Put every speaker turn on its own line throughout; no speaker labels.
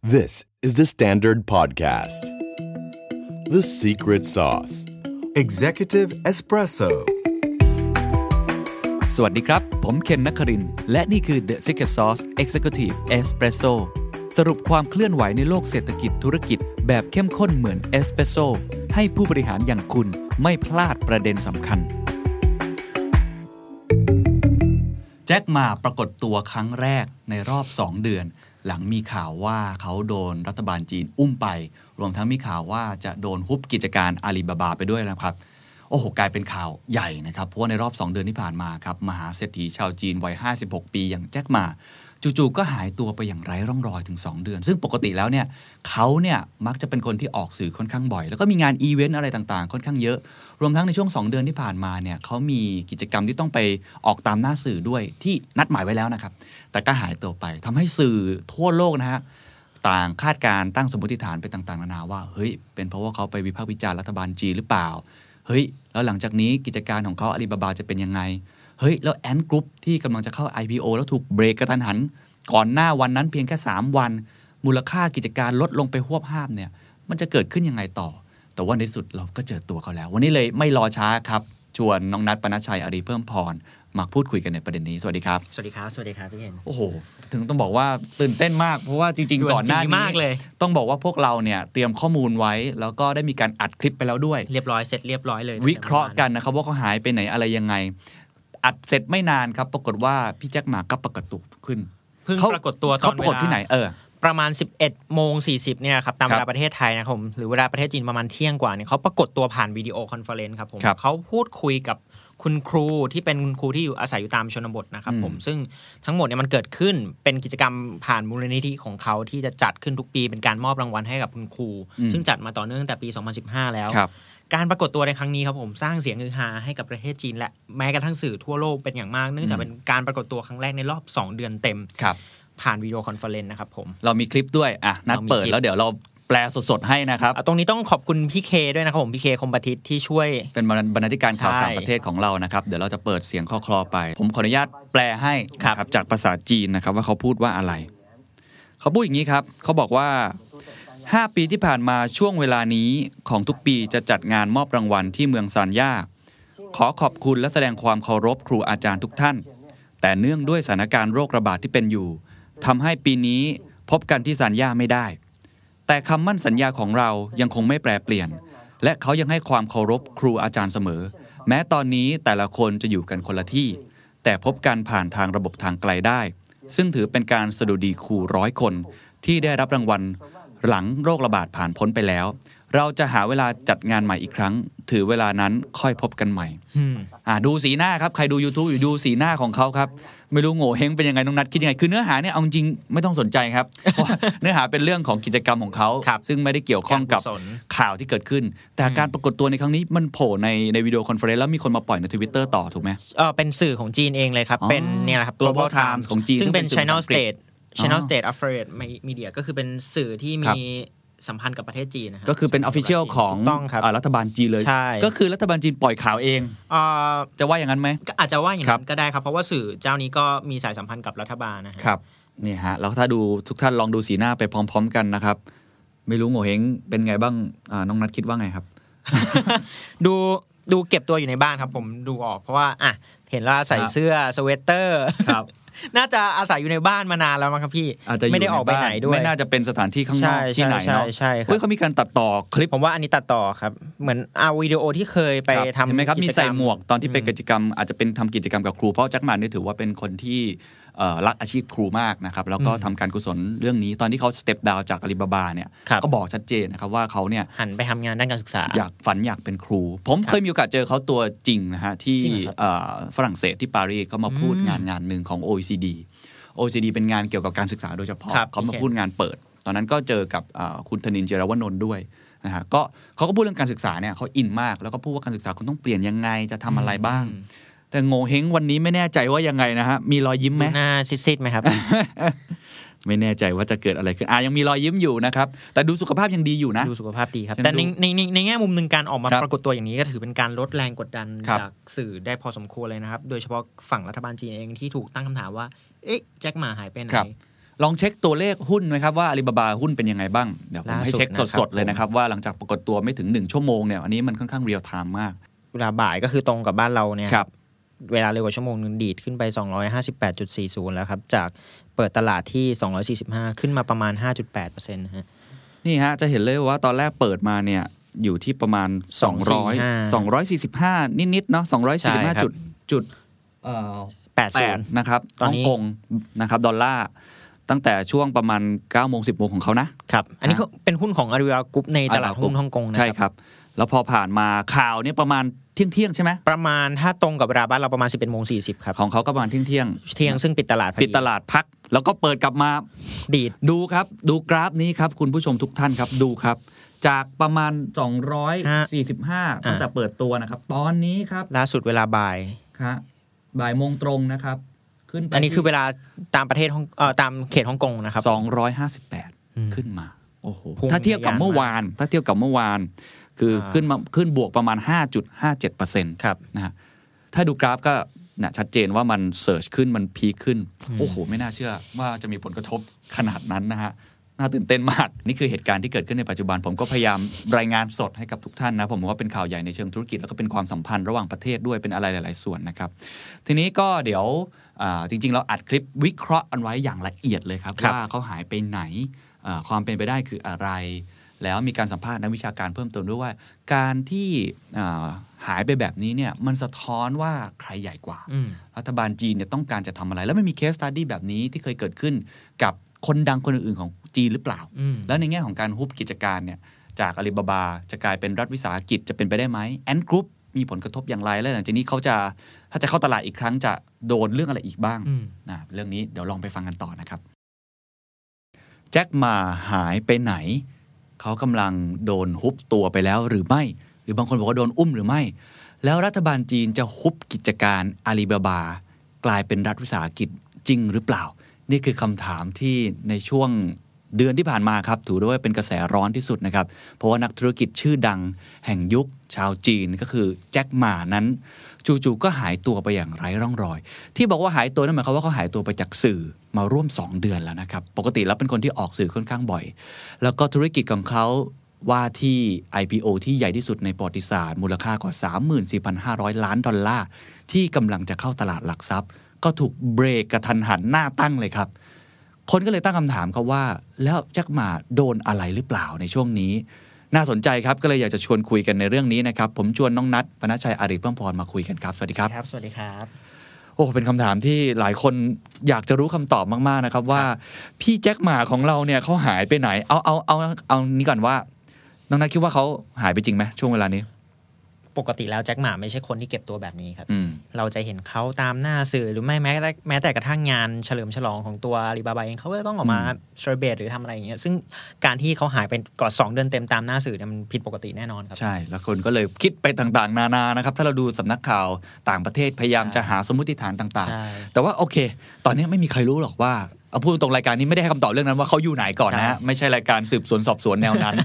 This is the Standard Podcast. The Secret Sauce Executive Espresso.
สวัสดีครับ ผมเคนนักครินทร์และนี่คือ The Secret Sauce Executive Espresso สรุปความเคลื่อนไหวในโลกเศรษฐกิจธุรกิจแบบเข้มข้นเหมือนเอสเปรสโซให้ผู้บริหารอย่างคุณไม่พลาดประเด็นสำคัญ แจ็คมาปรากฏตัวครั้งแรกในรอบ 2 เดือน หลังมีข่าวว่าเขาโดนรัฐบาลจีนอุ้มไป รวมทั้งมีข่าวว่าจะโดนฮุบกิจการอาลีบาบาไปด้วยนะครับ โอ้โห กลายเป็นข่าวใหญ่นะครับ เพราะว่าในรอบ 2 เดือนที่ผ่านมาครับ มหาเศรษฐีชาวจีนวัย 56 ปีอย่างแจ็คหมา จู่ๆก็หายตัวไปอย่างไร้ร่องรอยถึง 2 เดือน ซึ่งปกติแล้วเนี่ยเขาเนี่ยมักจะเป็นคนที่ออกสื่อค่อนข้างบ่อย แล้วก็มีงานอีเวนต์อะไรต่างๆ ค่อนข้างเยอะ รวมทั้งในช่วง 2 เดือนที่ผ่านมาเนี่ยเขามีกิจกรรมที่ต้องไปออกตามหน้าสื่อด้วยที่นัดหมายไว้แล้วนะครับ แต่ก็หายตัวไปทำให้สื่อทั่วโลกนะฮะ ต่างคาดการณ์ตั้งสมมติฐานไปต่างๆนานาว่าเฮ้ยเป็นเพราะว่าเขาไปวิพากษ์วิจารณ์รัฐบาลจีนหรือเปล่า เฮ้ย แล้วหลังจากนี้กิจการของเขาอาลีบาบาจะเป็นยังไง เฮ้ย แล้วแอนกรุ๊ปที่กำลังจะเข้า IPO แล้วถูกเบรกกระทันหัน ก่อนหน้าวันนั้นเพียงแค่ 3 วัน มูลค่ากิจการลดลงไปหวบห้ามเนี่ย มันจะเกิดขึ้นยังไงต่อ แต่ว่าในที่สุดเราก็เจอตัวเขาแล้ว วันนี้เลยไม่รอช้าครับ ชวนน้องนัทปนัชชัยอรีเพิ่มพรมาพูดคุยกันในประเด็นนี้สวัสดีครับ
สวัสดีครับ สวัสดีครับพี่เคน
โอ้โห ถึงต้องบอกว่าตื่นเต้นมาก เพราะว่าจริง ๆ ก่อนหน้า
จริง
นี้
มากเลย
ต้องบอกว่าพวกเราเนี่ยเตรียมข้อมูลไว้ แล้วก็ได้มีการอัดคลิปไปแล้วด้วย
เรียบร้อยเสร็จเรียบร้อยเลย
วิเคราะห์กันนะครับว่าเขาหายไปไหนอะไรยังไง อัดเสร็จไม่นานครับ ปรากฏว่าพี่แจ็คหมาก็ปรากฏตัวขึ้น
เพิ่ง
เขา
ปรากฏตัวต
เขา
อน
ป
เว
รากฏ
ลา
ที่ไหนเออ
ประมาณ 11โมง40เนี่ยครับตาม
ครั
เว
บ
ลาประเทศไทยนะครับผมหรือเวลาประเทศจีนประมาณเที่ยงกว่าเนี่ยเขาปรากฏตัวผ่านวิดีโอคอนเฟอเรนซ์ครับผม
ครับ
เขาพูดคุยกับคุณครูที่เป็นคุณครูที่อยู่อาศัยอยู่ตามชนบทนะครับผม
อืม
ซึ่งทั้งหมดเนี่ยมันเกิดขึ้นเป็นกิจกรรมผ่านมูลนิธิของเขาที่จะจัดขึ้นทุกปีเป็นการมอบรางวัลให้กับคุณครู ซึ่งจัดมาต่อเนื่องตั้งแต่ปี 2015 แล้ว
ครับ
การปรากฏตัวในครั้งนี้ครับผมสร้างเสียงฮือฮาให้กับประเทศจีนและแม้กระทั่งสื่อทั่วโลกเป็นอย่างมาก เนื่องจากเป็นการปรากฏตัวครั้งแรกในรอบ 2 เดือนเต็ม
ครับ
ผ่านวิดีโอคอนเฟอเรนซ์นะครับผม
เรามีคลิปด้วยอ่ะนัด
เรามี
เปิด
คลิป
แล้วเดี๋ยวเราแปลสดๆให้นะครับ
อ่ะตรงนี้ต้องขอบคุณพี่เคด้วยนะครับผมพี่เคคมปทิตที่ช่วย
เป็นบรรณบรรณาธิการข่าว
ใช่
ต่างประเทศของเรานะครับ เดี๋ยวเราจะเปิดเสียงคอคลอไป ผมขออนุญาตแปลให้นะครับ จากภาษาจีนนะครับ ว่าเขาพูดว่าอะไร เขาพูดอย่างนี้ครับ เขาบอกว่า 5 ปีที่ผ่านมาช่วงเวลานี้ของทุกปีจะจัดงานมอบรางวัลที่เมืองซานย่า ขอขอบคุณและแสดงความเคารพครูอาจารย์ทุกท่าน แต่เนื่องด้วยสถานการณ์โรคระบาดที่เป็นอยู่ทำให้ปีนี้พบกันที่ซานย่าไม่ได้ แต่คำมั่นสัญญาของเรายังคงไม่แปรเปลี่ยน และเขายังให้ความเคารพครูอาจารย์เสมอ แม้ตอนนี้แต่ละคนจะอยู่กันคนละที่ แต่พบกันผ่านทางระบบทางไกลได้ ซึ่งถือเป็นการสดุดีครูร้อยคน ที่ได้รับรางวัล หลังโรคระบาดผ่านพ้นไปแล้ว เราจะหาเวลาจัดงานใหม่อีกครั้ง ถือเวลานั้นค่อยพบกันใหม่
อืม
อ่าดูสีหน้าครับ ใครดู YouTube อยู่ดูสีหน้าของเขาครับ ไม่รู้โง่เฮงเป็นยังไงน้องนัดคิดยังไง คือเนื้อหาเนี่ยเอาจริงไม่ต้องสนใจครับ เพราะว่าเนื้อหาเป็นเรื่องของกิจกรรมของเขา
ครับ
ซึ่งไม่ได้เกี่ยวข้องกับ
การกุศล
ข่าวที่เกิดขึ้น แต่การปรากฏตัวในครั้งนี้มันโผล่ในในวิดีโอคอนเฟอเรนซ์แล้วมีคนมาปล่อยในทวิตเตอร์ต่อถูกไหม
เออเป็นสื่อของจีนเองเลยครับ
อ๋อ
เป็นเนี่ยแหละครับ
Global
Global
Times
Times
ของจีน
ซึ่งเป็
ซึ่งเป็น
น Channel
สื่อภาษาอังกฤษ
State Channel State Affiliate Media ก็คือเป็นสื่อที่มีสัมพันธ์กับประเทศจีนนะฮะ
ก็คือเป็นอ
สั
อ
ม
ฟ
พั
ฟิ
ธ์
เชียล
กับประทศ
ของ
จีนถูกต้องครับ
อ่ารัฐบาลจีนเลย
ใช่
ก็คือรัฐบาลจีนปล่อยข่าวเอง
เอ่อ
จะว่าอย่างนั้นไหม
ก็อาจจะว่าอย่าง
ครั
นั้
บ
นก็ได้ครับเพราะว่าสื่อเจ้านี้ก็มีสายสัมพันธ์กับรัฐบาลนะฮะ
ครับนี่ฮะแล้วถ้าดูทุกท่านลองดูสีหน้าไปพร้อม ๆ กันนะครับ ไม่รู้โง่เฮงเป็นไงบ้างอ่าน้องนัดคิดว่าไงครับ
ดูดูเก็บตัวอยู่ในบ้านครับผมดูออกเพราะว่าอ่ะเห็นว่าใส่
ครับ
เสื้อสเวตเตอร์ น่าจะอาศัยอยู่ในบ้านมานานแล้วมั้งครับพี่
อาจจะยู่
ไม่ได้ออกไป
ใบ้า
ไหนด้วย
ไม่น่าจะเป็นสถานที่ข้างนอก
ใช่
ที่ไหน
ใช่
เนาะ
ใช่ใช่ครับ
เฮ้ยเขามีการตัดต่อคลิป
ผมว่าอันนี้ตัดต่อครับ เหมือนเอาวิดีโอที่เคยไป
ครับ
ทำ
เห็นไหมครับ
กิ
มี
จกรร
ใส่หมวกตอนที่
อืม
เป็นกิจกรรม อาจจะเป็นทำกิจกรรมกับครูเพราะแจ็คหมาเนี่ยถือว่าเป็นคนที่เอ่อรักอาชีพครูมากนะครับแล้วก็
อืม
ทำการกุศลเรื่องนี้ตอนที่เขาสเต็ปดาวจากอาลีบาบาเนี่ย
ครับ
ก็บอกชัดเจนนะครับว่าเขาเนี่ย
หันไปทำงานด้านการศึกษา
อยากฝันอยากเป็นครู ผมเคยมีโอกาสเจอเขาตัวจริงนะฮะ ที่
จริงเหรอครับ
เอ่อฝรั่งเศสที่ปารีสเขามาพูดงานงานหนึ่งของ OECD OECD เป็นงานเกี่ยวกับการศึกษาโดยเฉพาะ
ครับ
เขามา
พี่เคน
พูดงานเปิด ตอนนั้นก็เจอกับเอ่อคุณธนินทร์เจรวนนท์ด้วยนะฮะก็เขาก็พูดเรื่องการศึกษาเนี่ยเขาอินมาก แล้วก็พูดว่าการศึกษาคุณต้องเปลี่ยนยังไงจะทำอะไรบ้าง แต่โงเฮงวันนี้ไม่แน่ใจว่ายังไงนะฮะมีรอยยิ้มไหม
ดูหน้าซิดๆไหมครับ
ไม่แน่ใจว่าจะเกิดอะไรขึ้นอ่ะยังมีรอยยิ้มอยู่นะครับแต่ดูสุขภาพยังดีอยู่นะ
ดูสุขภาพดีครับ
ฉัน
แต่
ดู
ในในในในแง่มุมหนึ่งการออกมา
ครับ
ปรากฏตัวอย่างนี้ก็ถือเป็นการลดแรงกดดัน
ครับ
จากสื่อได้พอสมควรเลยนะครับ โดยเฉพาะฝั่งรัฐบาลจีนเองที่ถูกตั้งคำถามว่า เอ๊ะแจ็คหมาหายไปไหน
ครับ ลองเช็คตัวเลขหุ้นนะครับว่าอาลีบาบาหุ้นเป็นยังไงบ้าง เดี๋ยวผมให้เช็ค
ล่าสุ
ส
ดนะครับ
ดๆเลยนะครับ ว่าหลังจากปรากฏตัวไม่ถึง 1 ชั่วโมงเนี่ยอันนี้มันค่อนข้างเรียลไทม์มาก
เวลาบ่ายก็คือตรงกับบ้านเราเนี่ย
ครับ
เวลาเร็วกว่าชั่วโมงหนึงดีดขึ้นไป 258.40 แล้วครับ จากเปิดตลาดที่ 245 ขึ้นมาประมาณ 5.8%นะฮะ
นี่ฮะ จะเห็นเลยว่าตอนแรกเปิดมาเนี่ยอยู่ที่ประมาณ 200 245 นิดๆเนาะ
ใช่ครับ
245จุดจุดเอ่อ
80
8นะครับ
ตอ
ฮ่อ
น
ง
นี้
กงนะครับ ดอลลาร์ตั้งแต่ช่วงประมาณ9โมง10โมงของเขานะ
ครับ อันนี้ก็เป็นหุ้นของอาริวากรุ๊ปในตลาด
Alibaba
หุ้นฮ่องกงนะ
ใช่
ครับ
ครับ แล้วพอผ่านมาข่าวเนี่ยประมาณเที่ยงเที่ยงๆใช่ไหม
ประมาณถ้าตรงกับเวลาบ้านเราประมาณ 11โมง40 ครับ
ของเขาก็ประมาณเที่ยงเที่ยงๆ
เที่ยงซึ่งปิดตลาดพอ
ปิดตลาดพัก แล้วก็เปิดกลับมา
ดีด
ดูครับ ดูกราฟนี้ครับ คุณผู้ชมทุกท่านครับดูครับ จากประมาณ 245 ตั้งแต่เปิดตัวนะครับ ตอนนี้ครับ
ล่าสุดเวลาบ่าย
ครับบ่ายโมงตรงนะครับ ขึ้นไป
อันนี้คือเวลาตามประเทศฮ่องเอ่อตามเขตฮ่องกงนะครับ
บ258 ขึ้นมา โอ้โห
พุ่ง
ถ้าเทียบกับเมื่อวาน ถ้าเทียบกับเมื่อวาน คืออา ขึ้นมาขึ้นบวกประมาณ 5.57%
ครับ
นะฮะถ้าดูกราฟก็นะชัดเจนว่ามันเสิร์ชขึ้นมันพีคขึ้น โอ้โห ไม่น่าเชื่อว่าจะมีผลกระทบขนาดนั้นนะฮะ น่าตื่นเต้นมาก นี่คือเหตุการณ์ที่เกิดขึ้นในปัจจุบัน ผมก็พยายามรายงานสดให้กับทุกท่านนะ ผมว่าเป็นข่าวใหญ่ในเชิงธุรกิจ แล้วก็เป็นความสัมพันธ์ระหว่างประเทศด้วยเป็นอะไรหลาย ๆ ส่วนนะครับ ทีนี้ก็เดี๋ยวอ่าจริง ๆ เราอัดคลิปวิเคราะห์กันไว้อย่างละเอียดเลยครับ
ครับ
ว่าเขาหายไปไหนอ่าความเป็นไปได้คืออะไร แล้วมีการสัมภาษณ์นักวิชาการเพิ่มเติมด้วยว่า การที่อ่าหายไปแบบนี้เนี่ยมันสะท้อนว่าใครใหญ่กว่า
อืม
รัฐบาลจีนเนี่ยต้องการจะทำอะไร แล้วมันมีเคส e ตัดดี้แบบนี้ที่เคยเกิดขึ้นกับคนดังคนอื่น ๆ ของจีนหรือเปล่า
อืม
แล้วในแง่ของการฮุบกิจการเนี่ยจากอาลีบาบา จะกลายเป็นรัฐวิสาหกิจจะเป็นไปได้ไหมแอนกรุ๊ปมีผลกระทบอย่างไรแล้วหลังจากนี้เขาจะถ้าจะเข้าตลาดอีกครั้งจะโดนเรื่องอะไรอีกบ้าง
อืม
นะเรื่องนี้เดี๋ยวลองไปฟังกันต่อนะครับแจ็คมาหายไปไหน เขากำลังโดนฮุบตัวไปแล้วหรือไม่ หรือบางคนบอกว่าโดนอุ้มหรือไม่ แล้วรัฐบาลจีนจะฮุบกิจการอาลีบาบา กลายเป็นรัฐวิสาหกิจจริงหรือเปล่า นี่คือคำถามที่ในช่วงเดือนที่ผ่านมาครับ ถือได้ว่าเป็นกระแสร้อนที่สุดนะครับ เพราะว่านักธุรกิจชื่อดังแห่งยุคชาวจีนก็คือแจ็คหมานั้น จู่ๆก็หายตัวไปอย่างไร้ร่องรอย ที่บอกว่าหายตัวนั่นหมายความว่าเขาหายตัวไปจากสื่อมาร่วม 2 เดือนแล้วนะครับ ปกติแล้วเป็นคนที่ออกสื่อค่อนข้างบ่อย แล้วก็ธุรกิจของเขาว่าที่ IPO ที่ใหญ่ที่สุดในประวัติศาสตร์ มูลค่ากว่า 34,500 ล้านดอลลาร์ ที่กำลังจะเข้าตลาดหลักทรัพย์ ก็ถูกเบรกกระทันหันหน้าตั้งเลยครับ คนก็เลยตั้งคำถามครับว่า แล้วแจ็คหมาโดนอะไรหรือเปล่าในช่วงนี้ น่าสนใจครับก็เลยอยากจะชวนคุยกันในเรื่องนี้นะครับ ผมชวนน้องนัทปนัชชัยอาริเพิ่มพรมาคุยกันครับ สวัสดีครับ
ครับ สวัสดีครับ
โอ้เป็นคำถามที่หลายคนอยากจะรู้คำตอบมาก ๆ นะครับ ว่า พี่แจ็คหมาของเราเนี่ยเขาหายไปไหน เอาเอาเอาเอานี้ก่อนว่า น้องนัทคิดว่าเขาหายไปจริงไหมช่วงเวลานี้
ปกติแล้วแจ็คหมาไม่ใช่คนที่เก็บตัวแบบนี้ครับ
อืม
เราจะเห็นเขาตามหน้าสื่อหรือไม่แม้แต่แม้แต่กระทั่งงานเฉลิมฉลองของตัวอาลีบาบาเองเขาก็ต้องออกมาเซอร์เบตหรือทำอะไรอย่างเงี้ยซึ่งการที่เขาหายไปก่อนสองเดือนเต็มตามหน้าสื่อเนี่ยมันผิดปกติแน่นอนครับ
ใช่ แล้วคนก็เลยคิดไปต่างๆ นานานะครับ ถ้าเราดูสำนักข่าวต่างประเทศพยายาม
ใช่
จะหาสมมติฐานต่าง
ใช่
ๆ แต่ว่าโอเค ตอนนี้ไม่มีใครรู้หรอกว่าเอาพูดตรงๆรายการนี้ไม่ได้ให้คำตอบเรื่องนั้นว่าเขาอยู่ไหนก่อนนะฮะ
ใช่
ไม่ใช่รายการสืบสวนสอบสวนแนว นั้น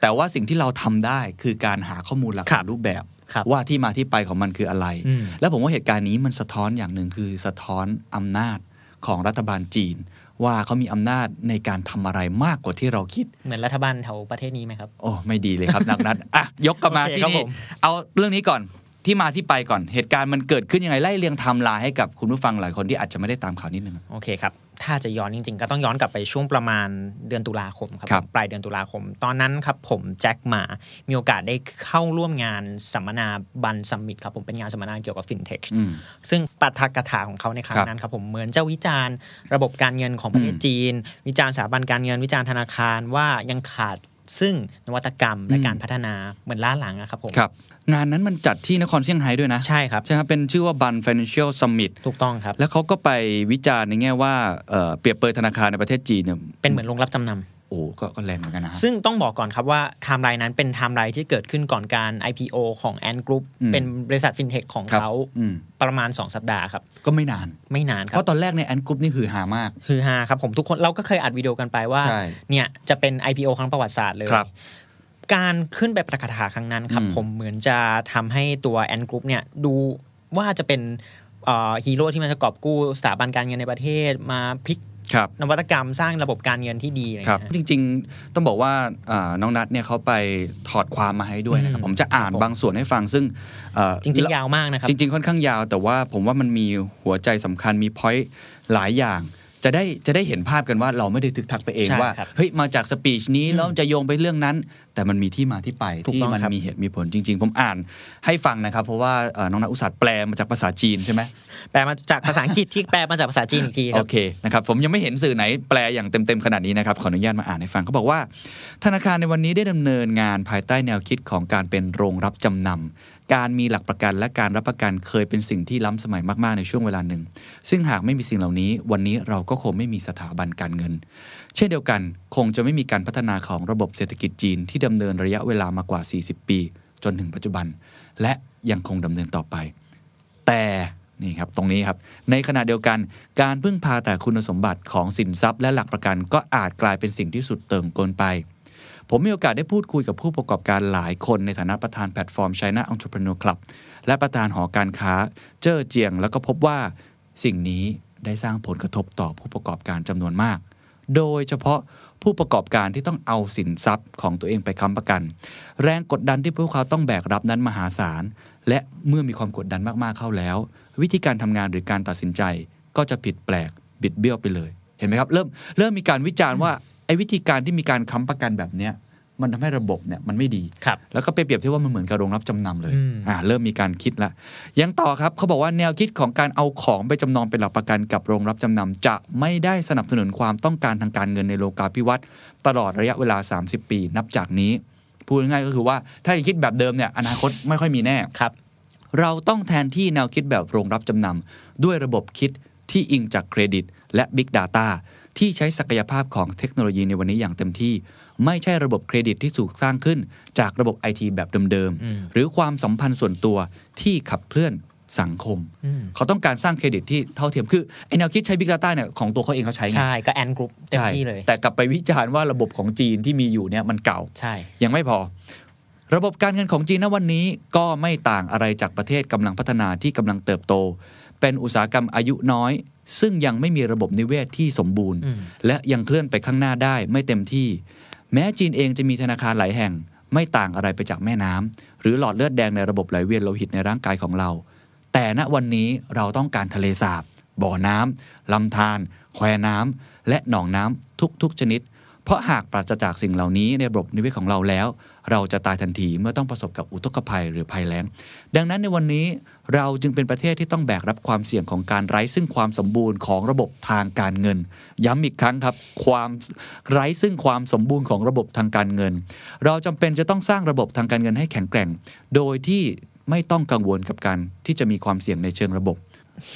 แต่ว่าสิ่งที่เราทำได้คือการหาข้อมูลหลัก
ครั
ฐาน
บ
รูปแบบ
ครับ
ว่าที่มาที่ไปของมันคืออะไร
อืม
แล้วผมว่าเหตุการณ์นี้มันสะท้อนอย่างหนึ่งคือสะท้อนอำนาจของรัฐบาลจีน ว่าเขามีอำนาจในการทำอะไรมากกว่าที่เราคิด
เหมือนรัฐบาลแถวประเทศนี้ไหมครับ
โอ้ ไม่ดีเลยครับ นักนัดอ่ะ ยกกลับมา
โอเค
ที่
ครับ
นี่
ผม
เอาเรื่องนี้ก่อนที่มาที่ไปก่อน เหตุการณ์มันเกิดขึ้นยังไงไล่เรียงไทม์ไลน์ให้กับคุณผู้ฟังหลายคนที่อาจจะไม่ได้ตามข่าวนิดนึง
โอเคครับ ถ้าจะย้อนจริงๆ ก็ต้องย้อนกลับไปช่วงประมาณเดือนตุลาคมครับ
ครับ
ปลายเดือนตุลาคม ตอนนั้นครับผมแจ็คหมา มีโอกาสได้เข้าร่วมงานสัมมนาบันซัมมิตครับผมเป็นงานสัมมนาเกี่ยวกับฟินเทค
อืม
ซึ่งปาฐกถาของเขาในครั้งนั้นครับผมเหมือนจะวิจารณ์ระบบการเงินของประเทศ
อืม
จีน วิจารณ์สถาบันการเงินวิจารณ์ธนาคารว่ายังขาดซึ่งนวัตกรรมและ
อืม
การพัฒนาเหมือนล้าหลังอะครับผม
ครับ งานนั้นมันจัดที่นครเซี่ยงไฮ้ด้วยนะ
ใช่ครับ
ใช่ครับเป็นชื่อว่า Bun Financial Summit
ถูกต้องครับ
แล้วเขาก็ไปวิจารณ์ในแง่ว่าเอ่อเปรียบเปรยธนาคารในประเทศจีนเนี่ย
เป็นเหมือนโรงรับจำนำ
โอ้ก็ก็แรงเหมือนกันนะฮะ
ซึ่งต้องบอกก่อนครับว่าไทม์ไลน์นั้นเป็นไทม์ไลน์ที่เกิดขึ้นก่อนการ IPO ของ Ant Group
อืม
เป็นบริษัทฟินเทคของ
ครับ
เขา
อืม
ประมาณ 2 สัปดาห์ครับ
ก็ไม่นาน
ไม่นานค
เพ
รับ
ราะตอนแรกในแอนกรุ๊ปนี่คือหามาก
ฮือฮาครับผมทุกคนเราก็เคยอัดวิดีโอกันไปว่า
ใช่
เนี่ยจะเป็น IPO ครั้งประวัติศาสตร์เลย
ครับ
การขึ้นไปประกาศหาครั้งนั้นครับ
อืม
ผมเหมือนจะทำให้ตัว Ant Group เนี่ยดูว่าจะเป็นเอ่อฮีโร่ที่มันจะกอบกู้สถาบันการเงินในประเทศมาพลิก
ครับ
นวัตกรรมสร้างระบบการเงินที่ดีอะไร
ครับ
เงี้ย
จริงๆต้องบอกว่าอ่าน้องนัทเนี่ยเขาไปถอดความมาให้ด้วยนะครับ
อืม
ผมจะอ่าน
ครับผม
บางส่วนให้ฟังซึ่งเอ่อ
จริง ๆ ยาวมากนะครับ
จริง ๆ ค่อนข้างยาว แต่ว่าผมว่ามันมีหัวใจสำคัญมีพอยต์หลายอย่าง จะได้จะได้เห็นภาพกันว่าเราไม่ได้ทึกทักไปเอง
ใช่
ว่า
ครับ
เฮ้ยมาจากสปีชนี้
อืม
แล้วจะโยงไปเรื่องนั้น แต่มันมีที่มาที่ไป
ถูก
ที่
ต้อง
มัน
ครับ
มีเหตุมีผลจริง ๆ ผมอ่านให้ฟังนะครับ เพราะว่าเอ่อน้องนัทอุตส่าห์แปลมาจากภาษาจีนใช่ไหม
แปลมาจากภาษาอังกฤษที่แปลมาจากภาษาจีนอีกทีค
โอ
รับ
เคนะครับผมยังไม่เห็นสื่อไหนแปลอย่างเต็ม ๆ ขนาดนี้นะครับ ขออนุญาตมาอ่านให้ฟังเขาบอกว่า ธนาคารในวันนี้ได้ดำเนินงานภายใต้แนวคิดของการเป็นโรงรับจำนำการมีหลักประกันและการรับประกันเคยเป็นสิ่งที่ล้ำสมัยมากๆในช่วงเวลาหนึ่ง ซึ่งหากไม่มีสิ่งเหล่านี้ วันนี้เราก็คงไม่มีสถาบันการเงิน เช่นเดียวกันคงจะไม่มีการพัฒนาของระบบเศรษฐกิจจีนที่ดำเนินระยะเวลามากว่า 40 ปี จนถึงปัจจุบัน และยังคงดำเนินต่อไป แต่นี่ครับตรงนี้ครับในขณะเดียวกันการพึ่งพาแต่คุณสมบัติของสินทรัพย์และหลักประกันก็อาจกลายเป็นสิ่งที่สุดเติ่งเกินไป ผมมีโอกาสได้พูดคุยกับผู้ประกอบการหลายคนในฐานะประธานแพลตฟอร์ม China Entrepreneur Club และประธานหอการค้าเจ้อเจียง แล้วก็พบว่าสิ่งนี้ได้สร้างผลกระทบต่อผู้ประกอบการจำนวนมาก โดยเฉพาะผู้ประกอบการที่ต้องเอาสินทรัพย์ของตัวเองไปค้ำประกัน แรงกดดันที่พวกเขาต้องแบกรับนั้นมหาศาล และเมื่อมีความกดดันมาก ๆ เข้าแล้ว วิธีการทำงานหรือการตัดสินใจก็จะผิดแปลกบิดเบี้ยวไปเลย เห็นไหมครับ เริ่มเริ่มมีการวิจารณ์ว่าไอ้วิธีการที่มีการค้ำประกันแบบเนี้ยมันทำให้ระบบเนี่ยมันไม่ดี
ครับ
แล้วก็ไปเปรียบเทียบว่ามันเหมือนกับโรงรับจำนำเลย
อืม
อ่า เริ่มมีการคิดละ ยังต่อครับ เขาบอกว่าแนวคิดของการเอาของไปจำนองเป็นหลักประกันกับโรงรับจำนำจะไม่ได้สนับสนุนความต้องการทางการเงินในโลกาภิวัตน์ตลอดระยะเวลา 30 ปี นับจากนี้ พูดง่ายๆก็คือว่าถ้ายังคิดแบบเดิมเนี่ยอนาคตไม่ค่อยมีแน่
ครับ
เราต้องแทนที่แนวคิดแบบโรงรับจำนำด้วยระบบคิดที่อิงจากเครดิตและ Big Data ที่ใช้ศักยภาพของเทคโนโลยีในวันนี้อย่างเต็มที่ ไม่ใช่ระบบเครดิตที่ถูกสร้างขึ้นจากระบบไอทีแบบเดิม
อืม
ๆ หรือความสัมพันธ์ส่วนตัวที่ขับเคลื่อนสังคม
อืม
เขาต้องการสร้างเครดิตที่เท่าเทียมคือไอแนวคิดใช้ Big Data เนี่ยของตัวเขาเองเขาใช้ไง
ใช่ก็แอนกรุ๊ปเต็ม
ใช่
ที่เลย
แต่กลับไปวิจารณ์ว่าระบบของจีนที่มีอยู่เนี่ยมันเก่า
ใช่
ยังไม่พอ ระบบการเงินของจีนณวันนี้ก็ไม่ต่างอะไรจากประเทศกำลังพัฒนาที่กำลังเติบโต เป็นอุตสาหกรรมอายุน้อย ซึ่งยังไม่มีระบบนิเวศที่สมบูรณ์
อืม
และยังเคลื่อนไปข้างหน้าได้ไม่เต็มที่ แม้จีนเองจะมีธนาคารหลายแห่ง ไม่ต่างอะไรไปจากแม่น้ำหรือหลอดเลือดแดงในระบบไหลเวียนโลหิตในร่างกายของเรา แต่ณวันนี้เราต้องการทะเลสาบ บ่อน้ำลำธารแควน้ำและหนองน้ำทุกๆชนิด เพราะหากปราศจากสิ่งเหล่านี้ในระบบนิเวศของเราแล้ว เราจะตายทันทีเมื่อต้องประสบกับอุทกภัยหรือภัยแล้ง ดังนั้นในวันนี้เราจึงเป็นประเทศที่ต้องแบกรับความเสี่ยงของการไร้ซึ่งความสมบูรณ์ของระบบทางการเงิน ย้ำอีกครั้งครับ ความไร้ซึ่งความสมบูรณ์ของระบบทางการเงิน เราจำเป็นจะต้องสร้างระบบทางการเงินให้แข็งแกร่ง โดยที่ไม่ต้องกังวลกับการที่จะมีความเสี่ยงในเชิงระบบ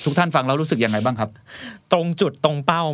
ทุกท่านฟังแล้วรู้สึกยังไงบ้างครับ
ตรงจุดตรงเป้า